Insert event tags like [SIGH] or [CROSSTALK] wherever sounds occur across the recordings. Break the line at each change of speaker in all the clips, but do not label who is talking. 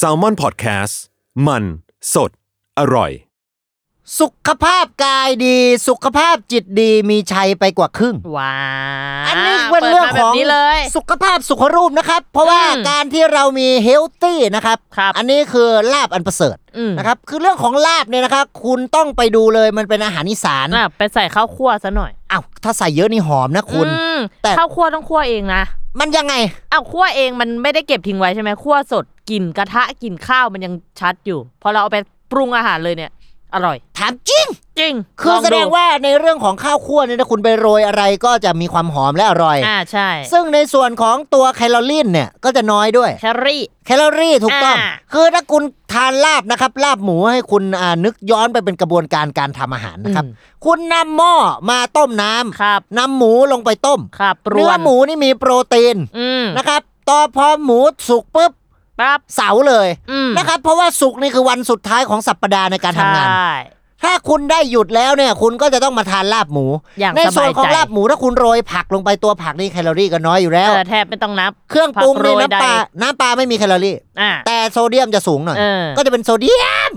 s a l m o n PODCAST มันสดอร่อย
สุขภาพกายดี สุขภาพจิตดีมีชัยไปกว่าครึ่ง
ว้า
อันนี้เป็นเรื่อง
ปิดมาแบ
ข
บ
อง
นี้เลย
สุขภาพสุขรูปนะครับ เพราะว่า
อืม
การที่เรามีเฮลตี้นะครับ
ครับ
อันนี้คือลาบอันประเสริฐ
อืม
นะครับ คือเรื่องของลาบเนี่ยนะครับ คุณต้องไปดูเลยมันเป็นอาหารอีสาน
น่ะไปใส่ข้าวคั่วซะหน่อย
อ้าวถ้าใส่เยอะนี่หอมนะคุณ
อืม
แต่
ข้าวคั่วต้องคั่วเองนะ
มันยังไง
เอาวคั่วเองมันไม่ได้เก็บทิ้งไว้ใช่ไหมคั่วสดกลิ่นกระทะกลิ่นข้าวมันยังชัดอยู่ พอเราเอาไปปรุงอาหารเลยเนี่ย อร่อย
ถามจริง
จริง
คือ
ล
แสดงว่าในเรื่องของข้าวคั่วเนี่ยนะคุณไปโรยอะไรก็จะมีความหอมและอร่อย
อ่าใช่
ซึ่งในส่วนของตัวแคลอรี่เนี่ยก็จะน้อยด้วย
แคลอรี่
แคลอรี่ถูกต้อง
อ่า
คือถ้าคุณทานลาบนะครับ ลาบหมูให้คุณอ่านึกย้อนไปเป็นกระบวนการการทำอาหารนะครับ คุณนำหม้อมาต้มน้ำ
ครับ
นำหมูลงไปต้ม
ครับรว
เนื้อหมูนี่มีโปรตีน
อืม
นะครับต่อพอหมูสุกปุ๊บ
ปั๊บ
เสาร์เลย
อืม
นะครับ เพราะว่าสุกร์นี่คือวันสุดท้ายของสัปปดาห์ในการทำงาน
ใช่
ถ้าคุณได้หยุดแล้วเนี่ย คุณก็จะต้องมาทานลาบหมู
อย่าง
ใน
ส
ส่ว
บาน ย
ของ
ใจ
ลาบหมูถ้าคุณโรยผักลงไปตัวผักนี่แคลอรี่ก็น้อยอยู่แล้
เอ
ว
อแทบไม่ต้องนับ
เครื่องปรุงนี่
ผักโรย
น้ำปลา
ใด
น้ำปลาไม่มีแคลอรี่
อ่า
แต่โซเดียมจะสูงหน่อย
เออ
ก็จะเป็นโซเดียม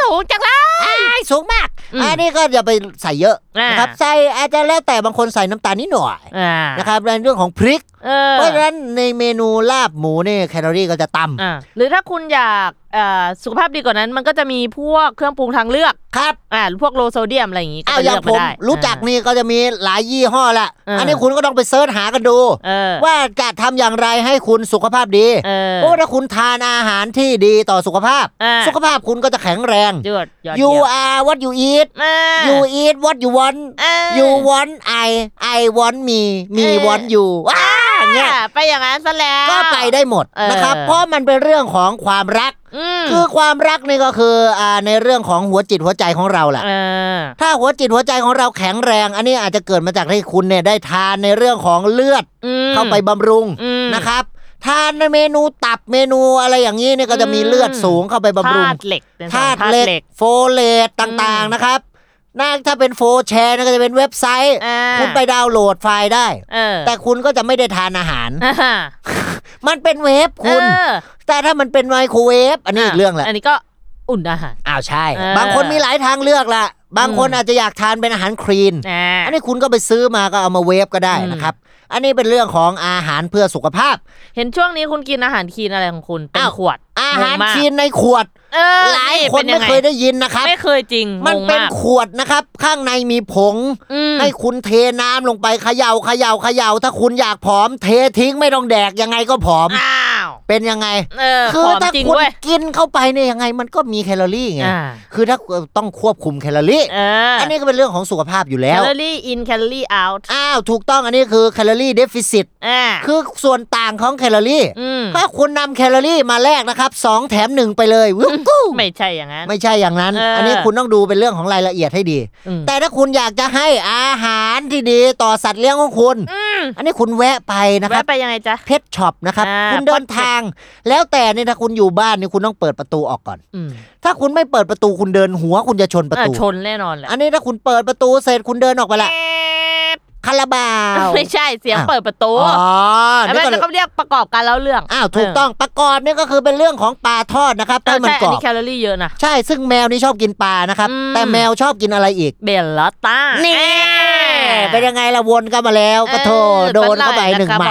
สูงจังเลย
อ้ายสูงมาก
อืม
อันนี้ก็อย่าไปใส่เยอะ
อ่าน
นะครับใส่อาจจะแล้วแต่บางคนใส่น้ำตาลนิดหน่อย
อ่า
นะครับในเรื่องของพริก
เออ
เพราะฉะนั้นในเมนูลาบหมูนี่แคลอรี่ก็จะต่ำ
อ่าหรือถ้าคุณอยากเอ่อสุขภาพดีกว่านั้น มันก็จะมีพวกเครื่องปรุงทางเลือก
ครับ
อ่าพวกโลโซเดียมอะไรอย่างงี้ก็
อ้าว
ไป
อย่า
เลื
ง
อก
ผ
ไม่
ม
ได้
รู้จักนี่ก็จะมีหลายยี่ห้อละ
อ่า
อันนี้คุณก็ต้องไปเสิร์ชหากันดู
เออ
ว่าจะทำอย่างไรให้คุณสุขภาพดี
เออ
เพราะถ้าคุณทานอาหารที่ดีต่อสุขภาพ
อ่า
สุขภาพคุณก็จะแข็งแรง
ยอดยอด
you
เยี่ยม
are what you eat
อ่า
you eat what you want
เออ
you want I I want me me
เออ
want you ว้าเงี้ย
อ่าไปอย่างนั้นซะแล้ว
ก็ไปได้หมด
เออ
นะครับ เพราะมันเป็นเรื่องของความรัก
อืม
คือความรักนี่ก็คืออ่าในเรื่องของหัวจิตหัวใจของเราแหละ
เออ
ถ้าหัวจิตหัวใจของเราแข็งแรง อันนี้อาจจะเกิดมาจากที่คุณเนี่ยได้ทานในเรื่องของเลือด
อืม
เข้าไปบำรุง
อืม
นะครับ ทานในเมนูตับเมนูอะไรอย่างนี้เนี่ยก็จะมี
อืม
เลือดสูงเข้าไปบำรุง
ธาตุเหล็กเป็นสอง
ธาตุเหล็ก โฟเลตต่างๆนะครับน่าถ้าเป็นโฟแชร์นะก็จะเป็นเว็บไซต์
อ่า
คุณไปดาวน์โหลดไฟล์ได้
เออ
แต่คุณก็จะไม่ได้ทานอาหาร
อ่า
มันเป็นเวฟคุณ
เออ
แต่ถ้ามันเป็นไมโครเวฟอันนี้อีกเรื่องแหละ
อันนี้ก็อุ่นอาหาร
อ้าวใช่
เออบ
างคนมีหลายทางเลือกละบางคน
อืม
อาจจะอยากทานเป็นอาหารคลีน
อ่า
อันนี้คุณก็ไปซื้อมาก็เอามาเวฟก็ได้
อืม
นะครับ อันนี้เป็นเรื่องของอาหารเพื่อสุขภาพ
เห็นช่วงนี้คุณกินอาหารคีนอะไรของคุณเป็น
อ้าว
ขวด
อาหารง
งมก
คลีนในขวด
เออ
หลายคน
ป็
ไม่
งง
เคยได้ยินนะครับ
ไม่เคยจริง
มัน
งง
เป็น
มาก
ขวดนะครับ ข้างในมีผง
อืม
ให้คุณเทน้ำลงไปเขย่าเขย่าเขย่าถ้าคุณอยากผอม เททิ้งไม่ต้องแดกยังไงก็ผอม
อ้าว
เป็นยังไง
เออ
คือ
วม
ถ้า
จริง
คุณ
เว้ย
กินเข้าไปเนี่ยยังไงมันก็มีแคลอรี่ไง
อ่า
คือถ้าต้องควบคุมแคลอรี่
เอออั
อันนี้ก็เป็นเรื่องของสุขภาพอยู่
แค
แล้ว
ลอรี่อินแคลอรี่เอาท์
อ้าว ถูกต้องอันนี้คือแคลอรี่เดฟิซิต
อ่า
คือส่วนต่างของแคลอรี่
อืม
ถ้าคุณนำแคลอรี่มาแลกนะครับสองแถมหนึ่งไปเลยวุ้กู้
ไม่ใช่อย่างนั้น
ไม่ใช่อย่างนั้น
เอออั
อันนี้คุณต้องดูเป็นเรื่องของรายละเอียดให้ดี
อืม
แต่ถ้าคุณอยากจะให้อาหารที่ดีต่อสัตว์เลี้ยงของคุณ
อืม
อันนี้คุณแวะไปนะครั
แวะ
บ
ไปยังไงจ๊ะ
เพชรช็อปนะครับ
อ่า
คุณเดิน
Pet Shop
ทาง แล้วแต่เนี่ยถ้าคุณอยู่บ้านเนี่ยคุณต้องเปิดประตูออกก่อน
อืม
ถ้าคุณไม่เปิดประตูคุณเดินหัวคุณจะชนประ
อ่า
ตู
ชนแน่นอนแหละ
อันนี้ถ้าคุณเปิดประตูเสร็จคุณเดินออกไปละ
แอ๊บ
คาราบาว
ไม่ใช่เสียง
อ้าว
เปิดประตู
อ๋อ
แล้ว
นี่
มัน
ก็
จะก็เรียกประกอบการเล่าเรื่อง
อ้าวถูกต้องประกอบเนี่ยก็คือเป็นเรื่องของปลาทอดนะครับ
เอ
ให้
อ
มันก
ใช่อั
รอ
นนี้
บ
แคลอรี่เยอะนะ
ใช่ซึ่งแมวนี่ชอบกินปลานะครับ
อืม
แต่แมวชอบกินอะไรอีก
เบลลาต้า
นี่
นี่
เป็นยังไงละวนกันมาแล้วปะโทโดนเข้าไปหนึ่งหมัด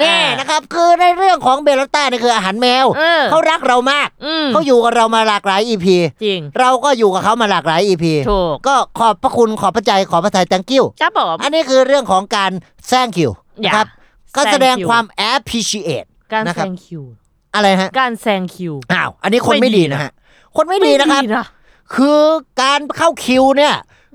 แน่นะครับคือในเรื่องของเบลต้านี่คืออาหารแมว
เออ
เขารักเรามาก
อืม
เขาอยู่กับเรามาหลากหลายอีพี
จริง
เราก็อยู่กับเขามาหลากหลายอีพี
ถูก
ก็ขอบพระคุณขอบพระใจขอบพระทัย thank you
ครับผม
อันนี้คือเรื่องของการแซงคิว
อย่า
นะครับก็
thank
แสดง
you
ความ appreciate
การ
นะค
แซ
รับ
งคิว
อะไรฮะ
การแซงคิว
อ้าวอันนี้คน
ไม่
ไม่ดี
ดีนะ
นะฮะคนไม่ดีนะครับ
ไม่นะ
คือการเข้าคิวเนี่ย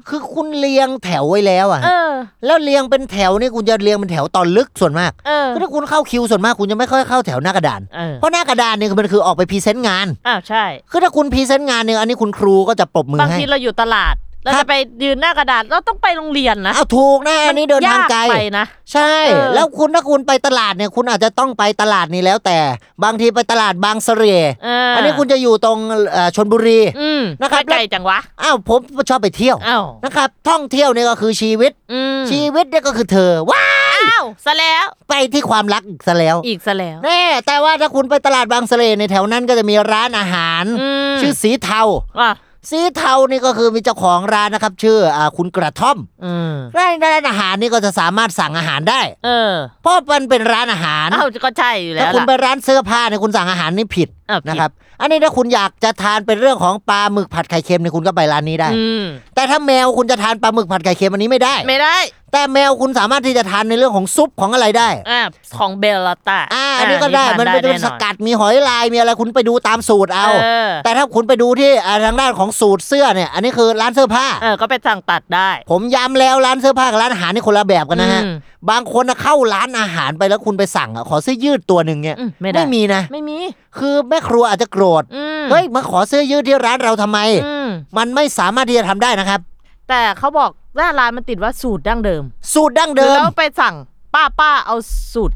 คือคุณเรียงแถวไว้แล้วอะ
เออ
แล้วเรียงเป็นแถวนี่คุณจะเรียงเป็นแถวตอนลึกส่วนมาก
เออ
คือถ้าคุณเข้าคิวส่วนมากคุณจะไม่ค่อยเข้าแถวหน้ากระดาน
เออ
เพราะหน้ากระดานเนี่ยมันคือออกไปพรีเซนต์งาน
อ้าวใช่
คือถ้าคุณพรีเซนต์งานเนี่ยอันนี้คุณครูก็จะปรบมือบ
าง
ให้
ทีเราอยู่ตลาด เรา
ครั
จะ
บ
ไปยืนหน้ากระดาษเราต้องไปโรงเรียนนะ
เอาถูกนะอันนี้เดินทางไกล
ยไปนะ
ใช่
เออ
แล้วคุณถ้าคุณไปตลาดเนี่ยคุณอาจจะต้องไปตลาดนี้แล้วแต่ บางทีไปตลาดบางเสร่
เ
อันนี้คุณจะอยู่ตรงเอ่อชนบุรี
อืม
นะครับ
ไปไกลจังวะ
อ้าวผมชอบไปเที่ยว
อ้าว
นะครับ ท่องเที่ยวเนี่ยก็คือชีวิต
อืม
ชีวิตเนี่ยก็คือเธอว้า
อ้าวซะแล้ว
ไปที่ความรักอีกซะแล้ว
อีกซะแล้ว
แน่แต่ว่าถ้าคุณไปตลาดบางเสร่ในยแถวนั้นก็จะมีร้านอาหาร
ม
ชื่อสีเทา
อ่ะ
สีเทานี่ก็คือมีเจ้าของร้านนะครับ ชื่ออาคุณกระท่อม
อืม
ร้านร้านอาหารนี่ก็จะสามารถสั่งอาหารได้
เออ
เพราะมันเป็นร้านอาหาร
อ้าวก็ใช่อยู่แล้ว
ถ้าคุณ
ล่ะ
ไปร้านเสื้อผ้าเนี่ยคุณสั่งอาหารนี่ผิด
อ้าวผิด
นะครับ อันนี้ถ้าคุณอยากจะทานเป็นเรื่องของปลาหมึกผัดไข่เค็มเนี่ยคุณก็ไปร้านนี้ได้
อืม
แต่ถ้าแมวคุณจะทานปลาหมึกผัดไข่เค็มอันนี้ไม่ได้
ไม่ได้
แต่แมวคุณสามารถที่จะทานในเรื่องของซุปของอะไรได้
อ่าของเบลลาตา
อ่าอันนี้ก็ได้ มันเป็นสกัดมีหอยลายมีอะไรคุณไปดูตามสูตรเอา
เอาเออ
แต่ถ้าคุณไปดูที่อ่าทางด้านของสูตรเสื้อเนี่ย อันนี้คือร้านเสื้อผ้า
เออก็ไปสั่งตัดได้
ผมย้ำแล้วร้านเสื้อผ้ากับร้านอาหารนี่คนละแบบกันนะฮะ
อืม
บางคนน่ะเข้าร้านอาหารไปแล้วคุณไปสั่งอ่ะขอเสื้อยืดตัวหนึ่งเนี่ย
อืมไม่ได้
มีนะ
ไม่มี
คือแม่ครัวอาจจะโกรธ
อืม
เฮ้ยมาขอเสื้อยืดที่ร้านเราทำไม
อืม
มันไม่สามารถที่จะทำได้นะครับ
แต่เขาบอกหน้าร้านมันติดว่าสูตรดั้งเดิม
สูตรดั้งเดิม
แล้วไปสั่งป้าป้าเอาสูตร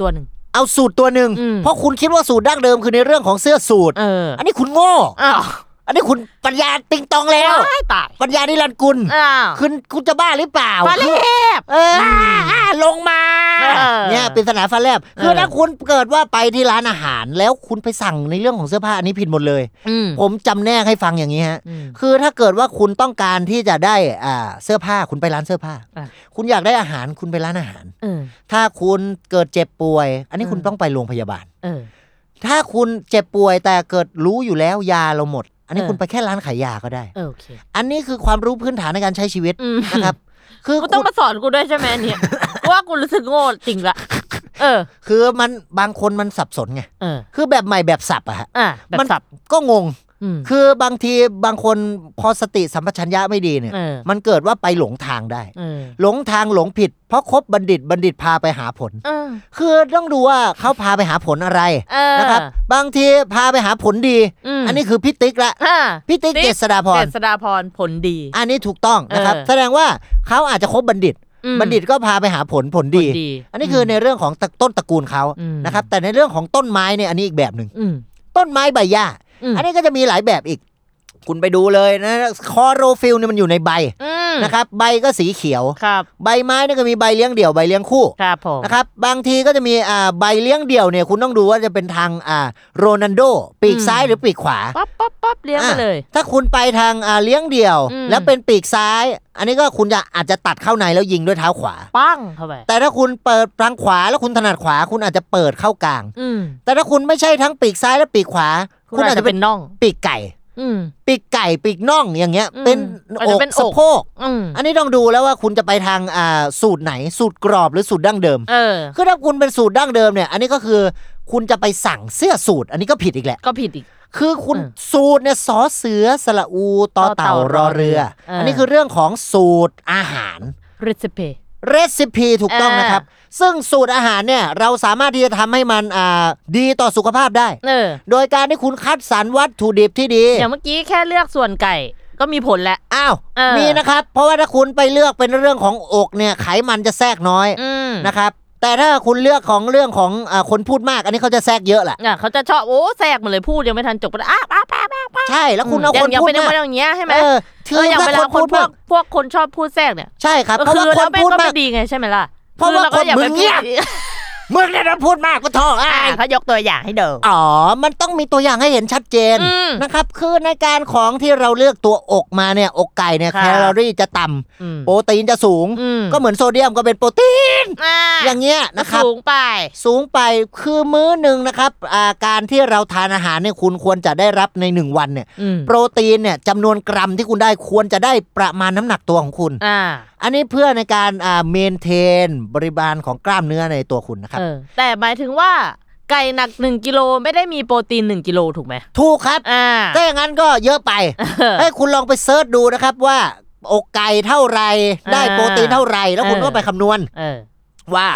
ตัวหนึ่ง
เอาสูตรตัวหนึ่ง
อืม
เพราะคุณคิดว่าสูตรดั้งเดิมคือในเรื่องของเสื้อสูตร
เออ
อันนี้คุณโง่
อ้าว
อันนี้คุณปัญญาติงตองแล้ว
ว้ายตาย
ปัญญานิรันดร์กุล
อ้าว
คุณคุณจะบ้าหรือเปล่า
ปลาเล็บ
เอออ่าลงมา
เออ
เนี่ยปริศนาฟ้าแลบคือ
เออ
ถ้าคุณเกิดว่าไปที่ร้านอาหาร แล้วคุณไปสั่งในเรื่องของเสื้อผ้าอันนี้ผิดหมดเลย
อืม
ผมจำแนกให้ฟังอย่างนี้ฮะ
อืม
คือถ้าเกิดว่าคุณต้องการที่จะได้อ่าเสื้อผ้าคุณไปร้านเสื้อผ้า
อ่ะ
คุณอยากได้อาหารคุณไปร้านอาหาร
เออ
ถ้าคุณเกิดเจ็บป่วย อันนี้คุณ
อืม
ต้องไปโรงพยาบาล
เออ
ถ้าคุณเจ็บป่วยแต่เกิดรู้อยู่แล้วยาเราหมด อันนี้
เออ
คุณไปแค่ร้านขายยาก็ได้
เออโอเค
อันนี้คือความรู้พื้นฐานในการใช้ชีวิต
อืม
นะครับ คือ
กูต้อง
คุณ
มาสอนกูด้วยใช่ไหมอันเนี่ยว่ากูรู้สึกโง่จริงละเออ
คือมันบางคนมันสับสนไง
เออ
คือแบบใหม่แบบสับอะฮะ
อ่ะแบบ
มัน
สับ
ก็งง
อืม
คือบางทีบางคนพอสติสัมปชัญญะไม่ดีเนี่ย
เออ
มันเกิดว่าไปหลงทางได้
เออ
หลงทางหลงผิด เพราะคบบัณฑิตบัณฑิตพาไปหาผล
เออ
คือต้องดูว่าเขาพาไปหาผลอะไร
เออ
นะครับ บางทีพาไปหาผลดี
ม
อันนี้คือพี่ติ๊กละ
อ่า
พี่ติ๊ก
ติ๊ก
เจษฎาพ
เจ
ร
ษฎาพรผลดี
อันนี้ถูกต้องนะครับ
เออ
แสดงว่าเขาอาจจะคบบัณฑิต
อืม
บัณฑิตก็พาไปหาผลผล
ผ
ดี
ลดี
อันนี้คือในเรื่องของตระต้นตระกูลเขา
อืม
นะครับ แต่ในเรื่องของต้นไม้เนี่ยอันนี้อีกแบบหนึ่ง
อืม
ต้นไม้ใบหญ้า
อืม
อันนี้ก็จะมีหลายแบบอีก คุณไปดูเลยนะคอโรฟิลเนี่ยมันอยู่ในใบ
อืม
นะครับ ใบก็สีเขียว
ครับ
ใบไม้เนี่ยก็มีใบเลี้ยงเดี่ยวใบเลี้ยงคู่
ครับผม
นะครับบางทีก็จะมีอ่าใบเลี้ยงเดี่ยวเนี่ยคุณต้องดูว่าจะเป็นทางอ่าโรนันโด ปีกซ้ายหรือปีกขวา
ปั๊บปั๊บปั๊บเลี้ยงไปเลย
อ่ะถ้าคุณไปทางอ่าเลี้ยงเดี่ยว
อืม
แล้วเป็นปีกซ้าย อันนี้ก็คุณจะอาจจะตัดเข้าในแล้วยิงด้วยเท้าขวา
ปั้งเข้าไป
แต่ถ้าคุณเปิดทางขวาแล้วคุณถนัดขวา คุณอาจจะเปิดเข้ากลาง
อืม
แต่ถ้าคุณไม่ใช่ทั้งปีกซ้ายและปีกขวา
คุณอาจจะเป็นน่อง
ปีกไก่
อืม
ปีกไก่ปีกน่องอย่างเงี้ย
อืม
เป็น
อาจ
อ
จะ
ก
เป็นอก
สะโพก
อืม
อันนี้ต้องดูแล้วว่าคุณจะไปทางอ่าสูตรไหนสูตรกรอบหรือสูตรดั้งเดิม
เออ
คือถ้าคุณเป็นสูตรดั้งเดิมเนี่ย อันนี้ก็คือ คุณจะไปสั่งเสื้อสูตร อันนี้ก็ผิดอีกแหละ
ก็ผิดอีก
คือคุณ
เออ
สูตรเนี่ยสอเสือสระอูต่อเต่ารอเรือ
เอออั
อันนี้คือเรื่องของสูตรอาหาร
รีซิเป
เรซิปีถูกต้อง
เออ
นะครับ ซึ่งสูตรอาหารเนี่ย เราสามารถที่จะทำให้มันอ่าดีต่อสุขภาพได้
เออ
โดยการที่คุณคัดสรรวัตถุดิบที่ดี
อย่างเมื่อกี้แค่เลือกส่วนไก่ ก็มีผลแล้ว
อ้าว
เออ
มีนะครับ เพราะว่าถ้าคุณไปเลือกเป็นเรื่องของอกเนี่ยไขมันจะแทรกน้อย
อืม
นะครับ แต่ถ้าคุณเลือกของเรื่องของอาคนพูดมาก อันนี้เขาจะแทรกเยอะแหละ
อ่ะเขาจะชอบโอ้แทรกหมาเลยพูดยังไม่ทันจบก็ได้อ้าป้าป้าป้าป้า
ใช่แล้วคุณเอาคน
ยัง
พูด
เป็น
มาก
อย่างเงี้ยใช่ไหม
เออ
เอออย่างเวลาคนพวก
มาก
พวกคนชอบพูดแทรกเนี่ย
ใช่ครับ เพ
คื
ราะว่าคน
อเราไม่
พูด
ก็
มา
ไม่
ก
ดีไงใช่ไหมล่ะ
เพราะว่า
ออก็อย่า
คนมึ
ไป
ง
พูด
เงียบ มึงเนี่ยนะพูดมากก็ท้องอ้า
อ่ายเขายกตัวอย่างให้เดิม
อ๋อ มันต้องมีตัวอย่างให้เห็นชัดเจน
อืม
นะครับ คือในการของที่เราเลือกตัวอกมาเนี่ยอกไก่เนี่ย
ค่ะ
แคลอรี่จะต่ำ
อืม
โปรตีนจะสูง
อืม
ก็เหมือนโซเดียมก็เป็นโปรตีน
อ่า
อย่างเงี้ยนะครับ
สูงไป
สูงไปคือมื้อหนึ่งนะครับอ่าการที่เราทานอาหารเนี่ยคุณควรจะได้รับในหนึ่งวันเนี่ย
อืม
โปรตีนเนี่ยจำนวนกรัมที่คุณได้ควรจะได้ประมาณน้ำหนักตัวของคุณ
อ่า
อันนี้เพื่อในการอ่าเมนเทน บริบาลของกล้ามเนื้อในตัวคุณนะครับ
เออแต่หมายถึงว่าไก่หนักหนึ่งกิโลไม่ได้มีโปรตีนหนึ่งกิโลถูกไหม
ถูกครับ
อ่า
ถ้าอย่างนั้นก็เยอะไป
เออ
ให้คุณลองไปเซิร์ชดูนะครับว่า อกไก่เท่าไหรได้โปรตีนเท่าไหรแล้วคุณ
เออ
ก็ไปคำนวณ
เออ
ว่า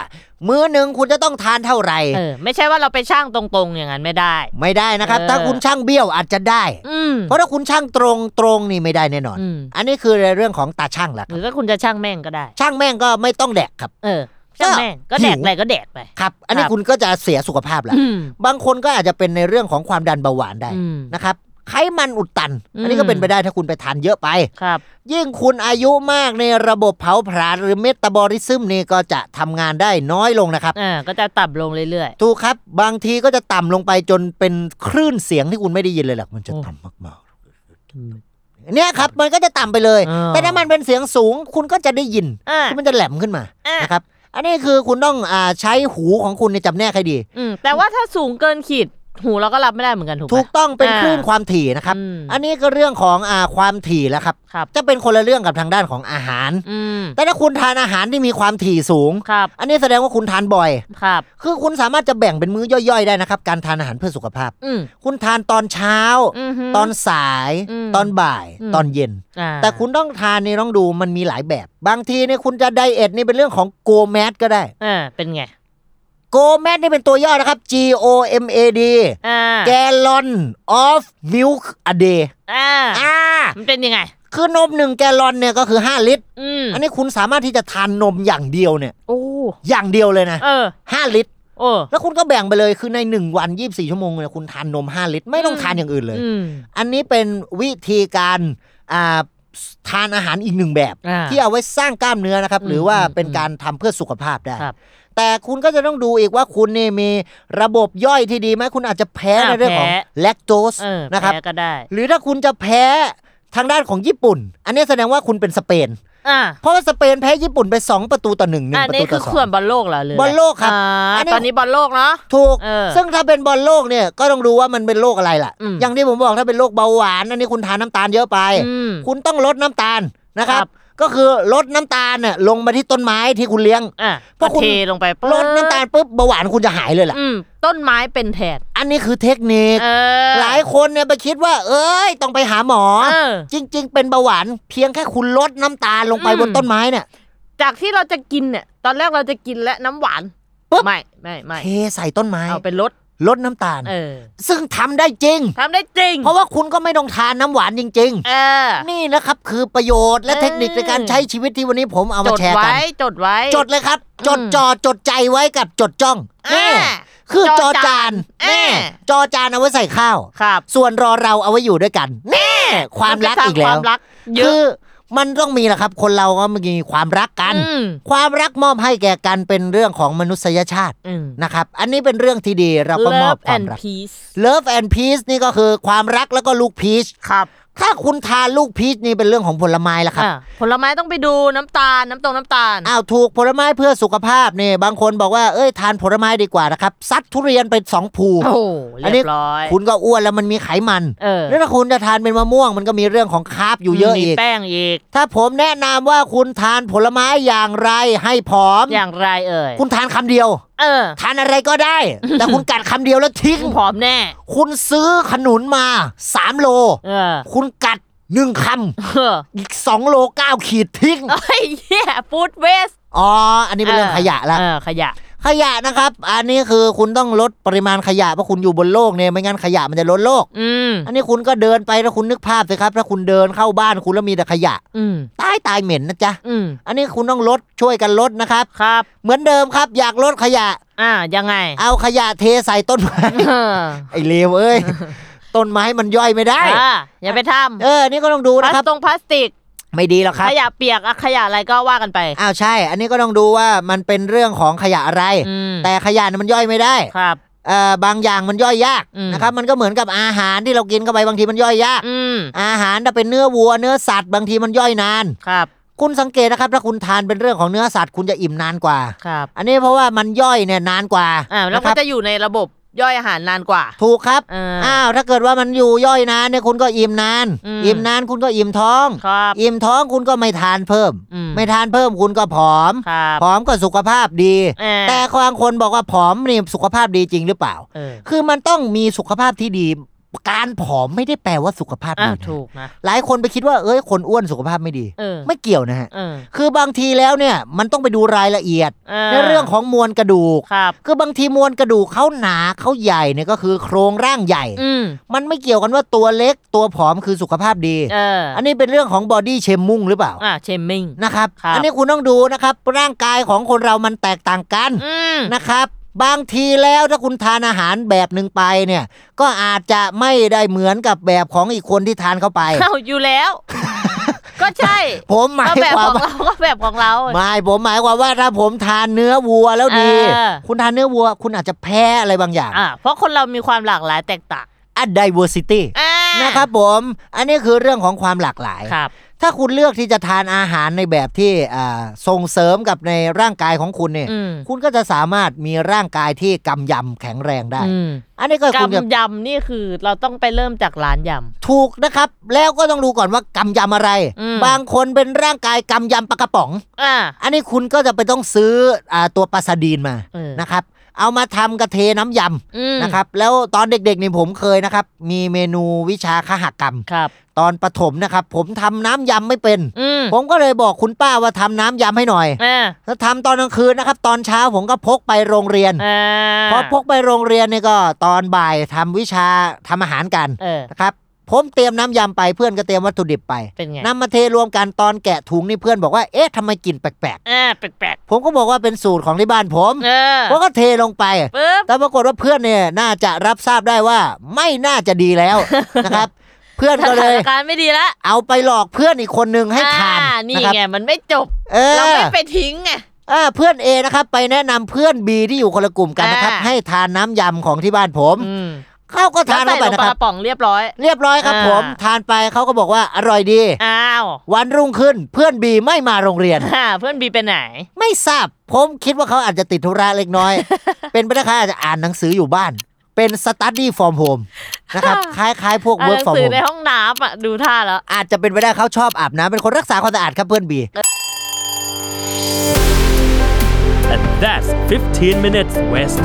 มื้อหนึ่งคุณจะต้องทานเท่าไหร่
เออ ไม่ใช่ว่าเราไปช่างตรงๆอย่างนั้นไม่ได้
ไม่ได้นะครับ
เออ
ถ้าคุณช่างเบี้ยวอาจจะได้
อืม
เพราะถ้าคุณช่างตรงตรงนี่ไม่ได้แน่นอน
อืม
อันนี้คือในเรื่องของตาช่างแหละ
ห
ค
รื
รับ
อก็คุณจะช่างแม่งก็ได้
ช่างแม่งก็ไม่ต้องแดกครับ
เออ ช่างแม่งก็แดกอะไรก็แดกไป
ครับ อันนี้
ครับ
คุณก็จะเสียสุขภาพละ
อืม
บางคนก็อาจจะเป็นในเรื่องของความดันเบาหวานได้
อืม
นะครับไขมันอุดตัน อันนี้
อืม
ก็เป็นไปได้ถ้าคุณไปทานเยอะไป
ครับ
ยิ่งคุณอายุมากในระบบเผาผลาญหรือเมตาบอลิซึมนี่ก็จะทำงานได้น้อยลงนะครับ
อ่า ก็จะต่ำลงเรื่อย
ถูกครับ บางทีก็จะต่ำลงไปจนเป็นคลื่นเสียงที่คุณไม่ได้ยินเลยแหละมันจะ
โอ้
ต่ำมาก
ๆ
ๆเนี่ยครับมันก็จะต่ำไปเลย
อ่า
แต่ถ้ามันเป็นเสียงสูงคุณก็จะได้ยิน
อ่า
คือมันจะแหลมขึ้นมา
อ่ะ
นะครับ อันนี้คือคุณต้องอาใช้หูของคุณในยจำแนกให้ดี
อืม แต่ว่าถ้าสูงเกินขีด หูเราก็รับไม่ได้เหมือนกันถูกไหม
ถูกต้องเป็น
อ่า
คลื่นความถี่นะครับ
อืม
อันนี้ก็เรื่องของอาความถี่แล้วครับ
ครับ
จะเป็นคนละเรื่องกับทางด้านของอาหาร
อืม
แต่ถ้าคุณทานอาหารที่มีความถี่สูง
ครับ
อันนี้แสดงว่าคุณทานบ่อย
ครับ
คือคุณสามารถจะแบ่งเป็นมื้อย่อยๆได้นะครับ การทานอาหารเพื่อสุขภาพ
อืม
คุณทานตอนเช้า
มฮึ
ตอนสาย
อืม
ตอนบ่าย
อืม
ตอนเย็น
อ่า
แต่คุณต้องทานนี่ต้องดูมันมีหลายแบบ บางทีเนี่ยคุณจะไดเอทนี่เป็นเรื่องของโกแมดก็ได้
อ่า เป็นไง
โกแมดนี่เป็นตัวย่อนะครับ G O M A D
อ่า
แกลลอน of milk a day
อ่า
อ่า
มันเป็นยังไง
คือนมหนึ่งแกลลอนเนี่ยก็คือ 5 ลิตร
อืม
อันนี้คุณสามารถที่จะทานนมอย่างเดียวเนี่ย
โอ้
อย่างเดียวเลยนะ
เออ
5 ลิตร
โอ้
แล้วคุณก็แบ่งไปเลยคือใน 1 วัน 24 ชั่วโมงเนี่ยคุณทานนม 5 ลิตร ไม่ต้องทานอย่างอื่นเลย
อืม
อันนี้เป็นวิธีการอ่าทานอาหารอีกหนึ่งแบบ
อ่า
ที่เอาไว้สร้างกล้ามเนื้อนะครับ
อืม
หรือว่า
อืม
เป็นการทำเพื่อสุขภาพได้
ครับ
แต่คุณก็จะต้องดูอีกว่าคุณนี่มีระบบย่อยที่ดีไหมคุณอาจจะแพ้ใน
อ่า
เรื่องของ
แพ้
แลคโตส
เออ
นะครับ
แพ้ก็ได้
หรือถ้าคุณจะแพ้ทางด้านของญี่ปุ่น อันนี้แสดงว่าคุณเป็นสเปน
อ่า
เพราะว่าสเปนแพ้ญี่ปุ่นไป 2 ประตูต่อหนึ่งหนึ่ง
อัน
ประ
นี้
ตู
คื
ต่อ
อ
สอ
ส่วน
ง
บอลโลกเหรอหรืะไร
บอลโลกครับ
า
อันนี้
ตอนนี้บอลโลกเนาะ
ถูก
เออ
ซึ่งถ้าเป็นบอลโลกเนี่ยก็ต้องรู้ว่ามันเป็นโรคอะไรล่ะ
อืม
อย่างที่ผมบอกถ้าเป็นโรคเบาหวานอันนี้คุณทานน้ำตาลเยอะไป
อืม
คุณต้องลดน้ำตาลนะครับ
ครับ
ก็คือลดน้ำตาลน่ะลงมาที่ต้นไม้ที่คุณเลี้ยง
อ่ะ
เพราะคุณ
เทลงไปปุ๊บ
ลดน้ำตาลปุ๊บเบาหวานคุณจะหายเลยล่ะ
อืม ต้นไม้เป็นแทน
อันนี้คือเทคนิค
เออ
หลายคนเนี่ยไปคิดว่า เอ้ยต้องไปหาหมอ
เออ
จริง ๆ เป็นเบาหวานเพียงแค่คุณลดน้ำตาลลงไป
อืม
บนต้นไม้เนี่ย
จากที่เราจะกินเนี่ย ตอนแรกเราจะกินและน้ำหวาน
ปุ๊บ
ไม่ไม่ไม่
เทใส่ต้นไม้
เอาเป็นรส
ลดน้ำตาล
เออ
ซึ่งทำได้จริง
ทำได้จริง
เพราะว่าคุณก็ไม่ต้องทานน้ำหวานจริง
เออ
ๆ นี่นะครับคือประโยชน์และ
เออ
เทคนิคในการใช้ชีวิตที่วันนี้ผมเอา
จ
มา
ด
แชร์กัน
ไว้จดไว้
จดเลยครับ
อืม
จดจ่อจดใจไว้กับจดจ้อง
อ่า
แน่คือจ
จ
อ
อ
จา
จาน น
แน่
แน่
จอจานเอาไว้ใส่ข้าว
ครับ
ส่วนรอเราเอาไว้อยู่ด้วยกัน แน่ความรักอีก
นจะสร้าง
แล้ว
คาว มรักเย
คื
อะ
อมันต้องมีแหละครับ คนเราก็มีความรักกัน
อืม
ความรักมอบให้แก่กันเป็นเรื่องของมนุษยชาติ
อืม
นะครับ อันนี้เป็นเรื่องที่ดีเราก็มอบ
Love
ความ
and
รัก
peace
Love and Peace นี่ก็คือความรักแล้วก็ลูกพีช
ครับ
ถ้าคุณทานลูกพีชนี่เป็นเรื่องของผลไม้ละครับ
อ่ะผลไม้ต้องไปดูน้ำตาลน้ำตรงน้ำตาล
อ้าวถูกผลไม้เพื่อสุขภาพนี่บางคนบอกว่าเอ้ยทานผลไม้ดีกว่านะครับซัดทุเรียนไปสองภู
โอ้โหเรียบร้อย
คุณก็อ้วนแล้วมันมีไขมัน
เออ
แล้วถ้าคุณจะทานเป็นมะม่วง มันก็มีเรื่องของคาร์บอยู่เยอะ
มี
อีก
แป้งอีก
ถ้าผมแนะนำว่าคุณทานผลไม้อย่างไรให้ผอม
อย่างไรเอ่ย
คุณทานคำเดียว
เออ
ทานอะไรก็ได้ แต่คุณกัดคำเดียวแล้วทิ้ง
ผอมแน่
คุณซื้อขนุนมา 3 โล
เออ
คุณกัดหนึ่งค
เออ
ำอีก 2 โล 9 ขีดทิ้ง
เอ้ยเหี้ยฟูดเวส
อ๋อ อันนี้เป็นเรื่องขยะละ
เออขยะ
ขยะนะครับ อันนี้คือคุณต้องลดปริมาณขยะเพราะคุณอยู่บนโลกเนี่ยไม่งั้นขยะมันจะล้นโลก
อืม
อันนี้คุณก็เดินไปแล้วคุณนึกภาพสิครับ ถ้าคุณเดินเข้าบ้านคุณแล้วมีแต่ขยะ
อืม
ตายตายเหม็นนะจ๊ะ
อืม
อันนี้คุณต้องลดช่วยกันลดนะครับ
ครับ
เหมือนเดิมครับ อยากลดขยะ
อ่า ยังไง
เอาขยะเทใส่ต้นไม้ [LAUGHS]
เออ
ไอ้เลวเอ้ย ต้นไม้มันย่อยไม่ได้
อ่าอย่าไปท
เออ นี่ก็ต้องดู
ำพลา
นะ
ส
ครับ
ตรงพลาสติก
ไม่ดีหรอกครับ
ขยะเปียกอะขยะอะไรก็ว่ากันไป
[LAUGHS] อ้าวใช่ อันนี้ก็ต้องดูว่ามันเป็นเรื่องของขยะอะไร
อืม
แต่ขยะน่ะมันย่อยไม่ได้
ครับ
เอ่อบางอย่างมันย่อยยาก
อืม
นะครับ มันก็เหมือนกับอาหารที่เรากินเข้าไปบางทีมันย่อยยาก
อืม
อาหารถ้าเป็นเนื้อวัวเนื้อสัตว์บางทีมันย่อยนาน
ครับ
คุณสังเกตนะครับ ถ้าคุณทานเป็นเรื่องของเนื้อสัตว์คุณจะอิ่มนานกว่า
ครับ
อันนี้เพราะว่ามันย่อยเนี่ยนานกว่า
อ่า แล้ว
ค
ก็
รับ
จะอยู่ในระบบย่อยอาหารนานกว่า
ถูกครับ
เอออ
อ้าวถ้าเกิดว่ามันอยู่ย่อยนานเนี่ยคุณก็อิ่มนาน
อืม
อิ่มนานคุณก็อิ่มท้อง
ครับ
อิ่มท้องคุณก็ไม่ทานเพิ่ม
อืม
ไม่ทานเพิ่มคุณก็ผอม
ครับ
ผอมก็สุขภาพดี
เออ
แต่บางคนบอกว่าผอมนี่สุขภาพดีจริงหรือเปล่า
เออ
คือมันต้องมีสุขภาพที่ดี การผอมไม่ได้แปลว่าสุขภาพ
อ่ะ
ดีนะ
ถูกนะ
หลายคนไปคิดว่าเอ้ยคนอ้วนสุขภาพไม่ดี
เออ
ไม่เกี่ยวนะฮะ
เออ
คือบางทีแล้วเนี่ยมันต้องไปดูรายละเอียด
า
ในเรื่องของมวลกระดูก
ครับ
คือบางทีมวลกระดูกเขาหนาเขาใหญ่เนี่ยก็คือโครงร่างใหญ่
อืม
มันไม่เกี่ยวกันว่าตัวเล็กตัวผอมคือสุขภาพดี
เออ
อันนี้เป็นเรื่องของบอดี้เชมมุ่งหรือเปล่า
อ่ะเชมมิง
นะครับ
ครับ
อันนี้คุณต้องดูนะครับ ร่างกายของคนเรามันแตกต่างกัน
อืม
นะครับ บางทีแล้วถ้าคุณทานอาหารแบบหนึ่งไปเนี่ย ก็อาจจะไม่ได้เหมือนกับแบบของอีกคนที่ทานเข้าไป
เข้าอยู่แล้ว
[LAUGHS]
ก็ใช่
ผมหมาย
ก็แบบ
ความ
ของ
ว่า
เราก็แบบของเรา
ไม่ผมหมายความว่าถ้าผมทานเนื้อวัวแล้วดี
เออ
คุณทานเนื้อวัว คุณอาจจะแพ้อะไรบางอย่าง
อ่ะเพราะคนเรามีความหลากหลายแตกต่าง
อัด diversity
อ่า
นะครับผม อันนี้คือเรื่องของความหลากหลาย
ครับ
ถ้าคุณเลือกที่จะทานอาหารในแบบที่อ่าส่งเสริมกับในร่างกายของคุณเนี่ย
อืม
คุณก็จะสามารถมีร่างกายที่กำยำแข็งแรงได้
อืม
อันนี้ก็คุณจะ
กำยำนี่คือเราต้องไปเริ่มจากร้านย
ถูกนะครับ แล้วก็ต้องดูก่อนว่ากำยำอะไร
อืม
บางคนเป็นร่างกายกำยำปลากระป๋อง
ำอ่า
อันนี้คุณก็จะไปต้องซื้ออาตัวปลาซาดีนมา
เออ
นะครับ เอามาทำกระเทน้ำยำ
อืม
นะครับ แล้วตอนเด็กๆนี่ผมเคยนะครับ มีเมนูวิชาคหกรรม
ครับ
ตอนประถมนะครับ ผมทำน้ำยำไม่เป็น
อืม
ผมก็เลยบอกคุณป้าว่าทำน้ำยำให้หน่อย
อ่า
แล้วทำตอนกลางคืนนะครับ ตอนเช้าผมก็พกไปโรงเรียน
อ่า
พอพกไปโรงเรียนเนี่ยก็ตอนบ่ายทำวิชาทำอาหารกัน
เออ
นะครับผมเตรียมน้ำยำไปเพื่อนก็เตรียมวัตถุดิบไป
เป็นไง
นำมาเทรวมกันตอนแกะถุงนี่เพื่อนบอกว่าเอ๊ะทำไมกลิ่นแปลก
อ่าแปลก
ๆ ผมก็บอกว่าเป็นสูตรของที่บ้านผม
ๆเออ
ผมก็เทลงไป
ปึ๊บ
แต่ปรากฏว่าเพื่อนเนี่ยน่าจะรับทราบได้ว่าไม่น่าจะดี
[LAUGHS]
แล้ว นะครับ เพื่อน
ส
ก็เล
ถาน
ย
การณ์ไม่ดีละ
เอาไปหลอกเพื่อนอีกคนนึงให้ทาน
อ่นี่
นะครับ
ไงมันไม่จบ
เออ
เราไม่ไปทิ้งไง
อ่าเพื่อน A นะครับไปแนะนำเพื่อน B ที่อยู่คนละกลุ่มกันนะครับ
อ่า
ให้ทานน้ำยำของที่บ้านผม
อืม
เขาก็ทานเข้าไป
แล้ว
นะครั
ใส่ลงปลก
บ
ระป๋องเรียบร้อย
เรียบร้อยครับ
อ่า
ผมทานไปเขาก็บอกว่าอร่อยดี
อ้าว [LAUGHS]
วันรุ่งขึ้นเพื่อน B ไม่มาโรงเรียน [LAUGHS]
อ่าเพื่อนบีไปไหน
ไม่ทราบ ผมคิดว่าเขาอาจจะติดธุระเล็ก
[LAUGHS]
น้อย เป็นไปได้เขาอาจจะอ่านหนังสืออยู่บ้าน เป็น study from home
[LAUGHS]
นะครับ คล้ายๆ พวก
อ่านห
work
นัง
from
สือ
home
ในห้องน้ำอ่ะ ดูท่าแล้ว
อาจจะเป็นไปได้เขาชอบอาบน้ำเป็นคนรักษาความสะอาดครับเพื่อน B
And that's 15 minutes west.